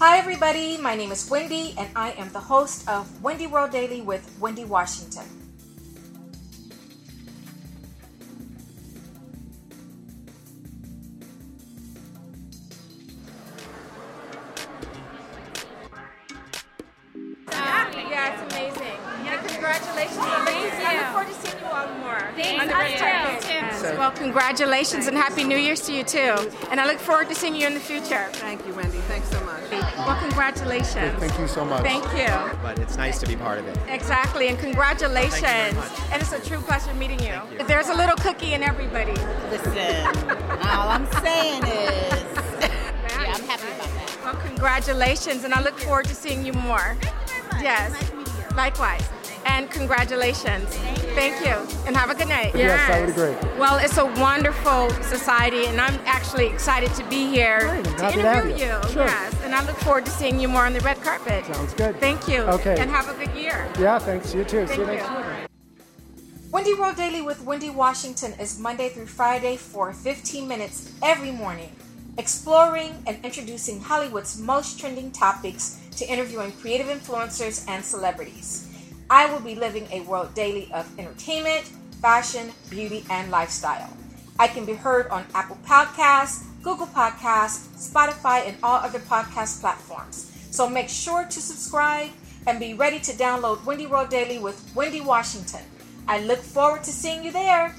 Hi, everybody. My name is Wendy, and I am the host of Wendy World Daily with Wendy Washington. Yeah, it's amazing. And congratulations on this. I look forward to seeing you all more. Thanks. On the Us red too. carpet. Thanks. Well, congratulations and Happy New Year's to you too. And I look forward to seeing you in the future. Thank you, Wendy. Thanks so much. Well, congratulations. Thank you so much. Thank you. but it's nice to be part of it. Exactly. And congratulations. Thank you very much. And it's a true pleasure meeting you. you. There's a little cookie in everybody. Listen, all I'm saying is, yeah, I'm happy about that. Well, congratulations. And I look forward to seeing you more. Yes. Likewise. And congratulations. Thank you. And have a good night. Yes, I would agree. Well, it's a wonderful society, and I'm actually excited to be here Great, I'm to happy to have interview you. you. Sure. Yes, and I look forward to seeing you more on the red carpet. Sounds good. Thank you. Okay. And have a good year. Yeah, thanks. You too. See you Thank next you. week. Wendy World Daily with Wendy Washington is Monday through Friday for 15 minutes every morning, exploring and introducing Hollywood's most trending topics to interviewing creative influencers and celebrities. I will be living a world daily of entertainment, fashion, beauty, and lifestyle. I can be heard on Apple Podcasts, Google Podcasts, Spotify, and all other podcast platforms. So make sure to subscribe and be ready to download Wendy World Daily with Wendy Washington. I look forward to seeing you there.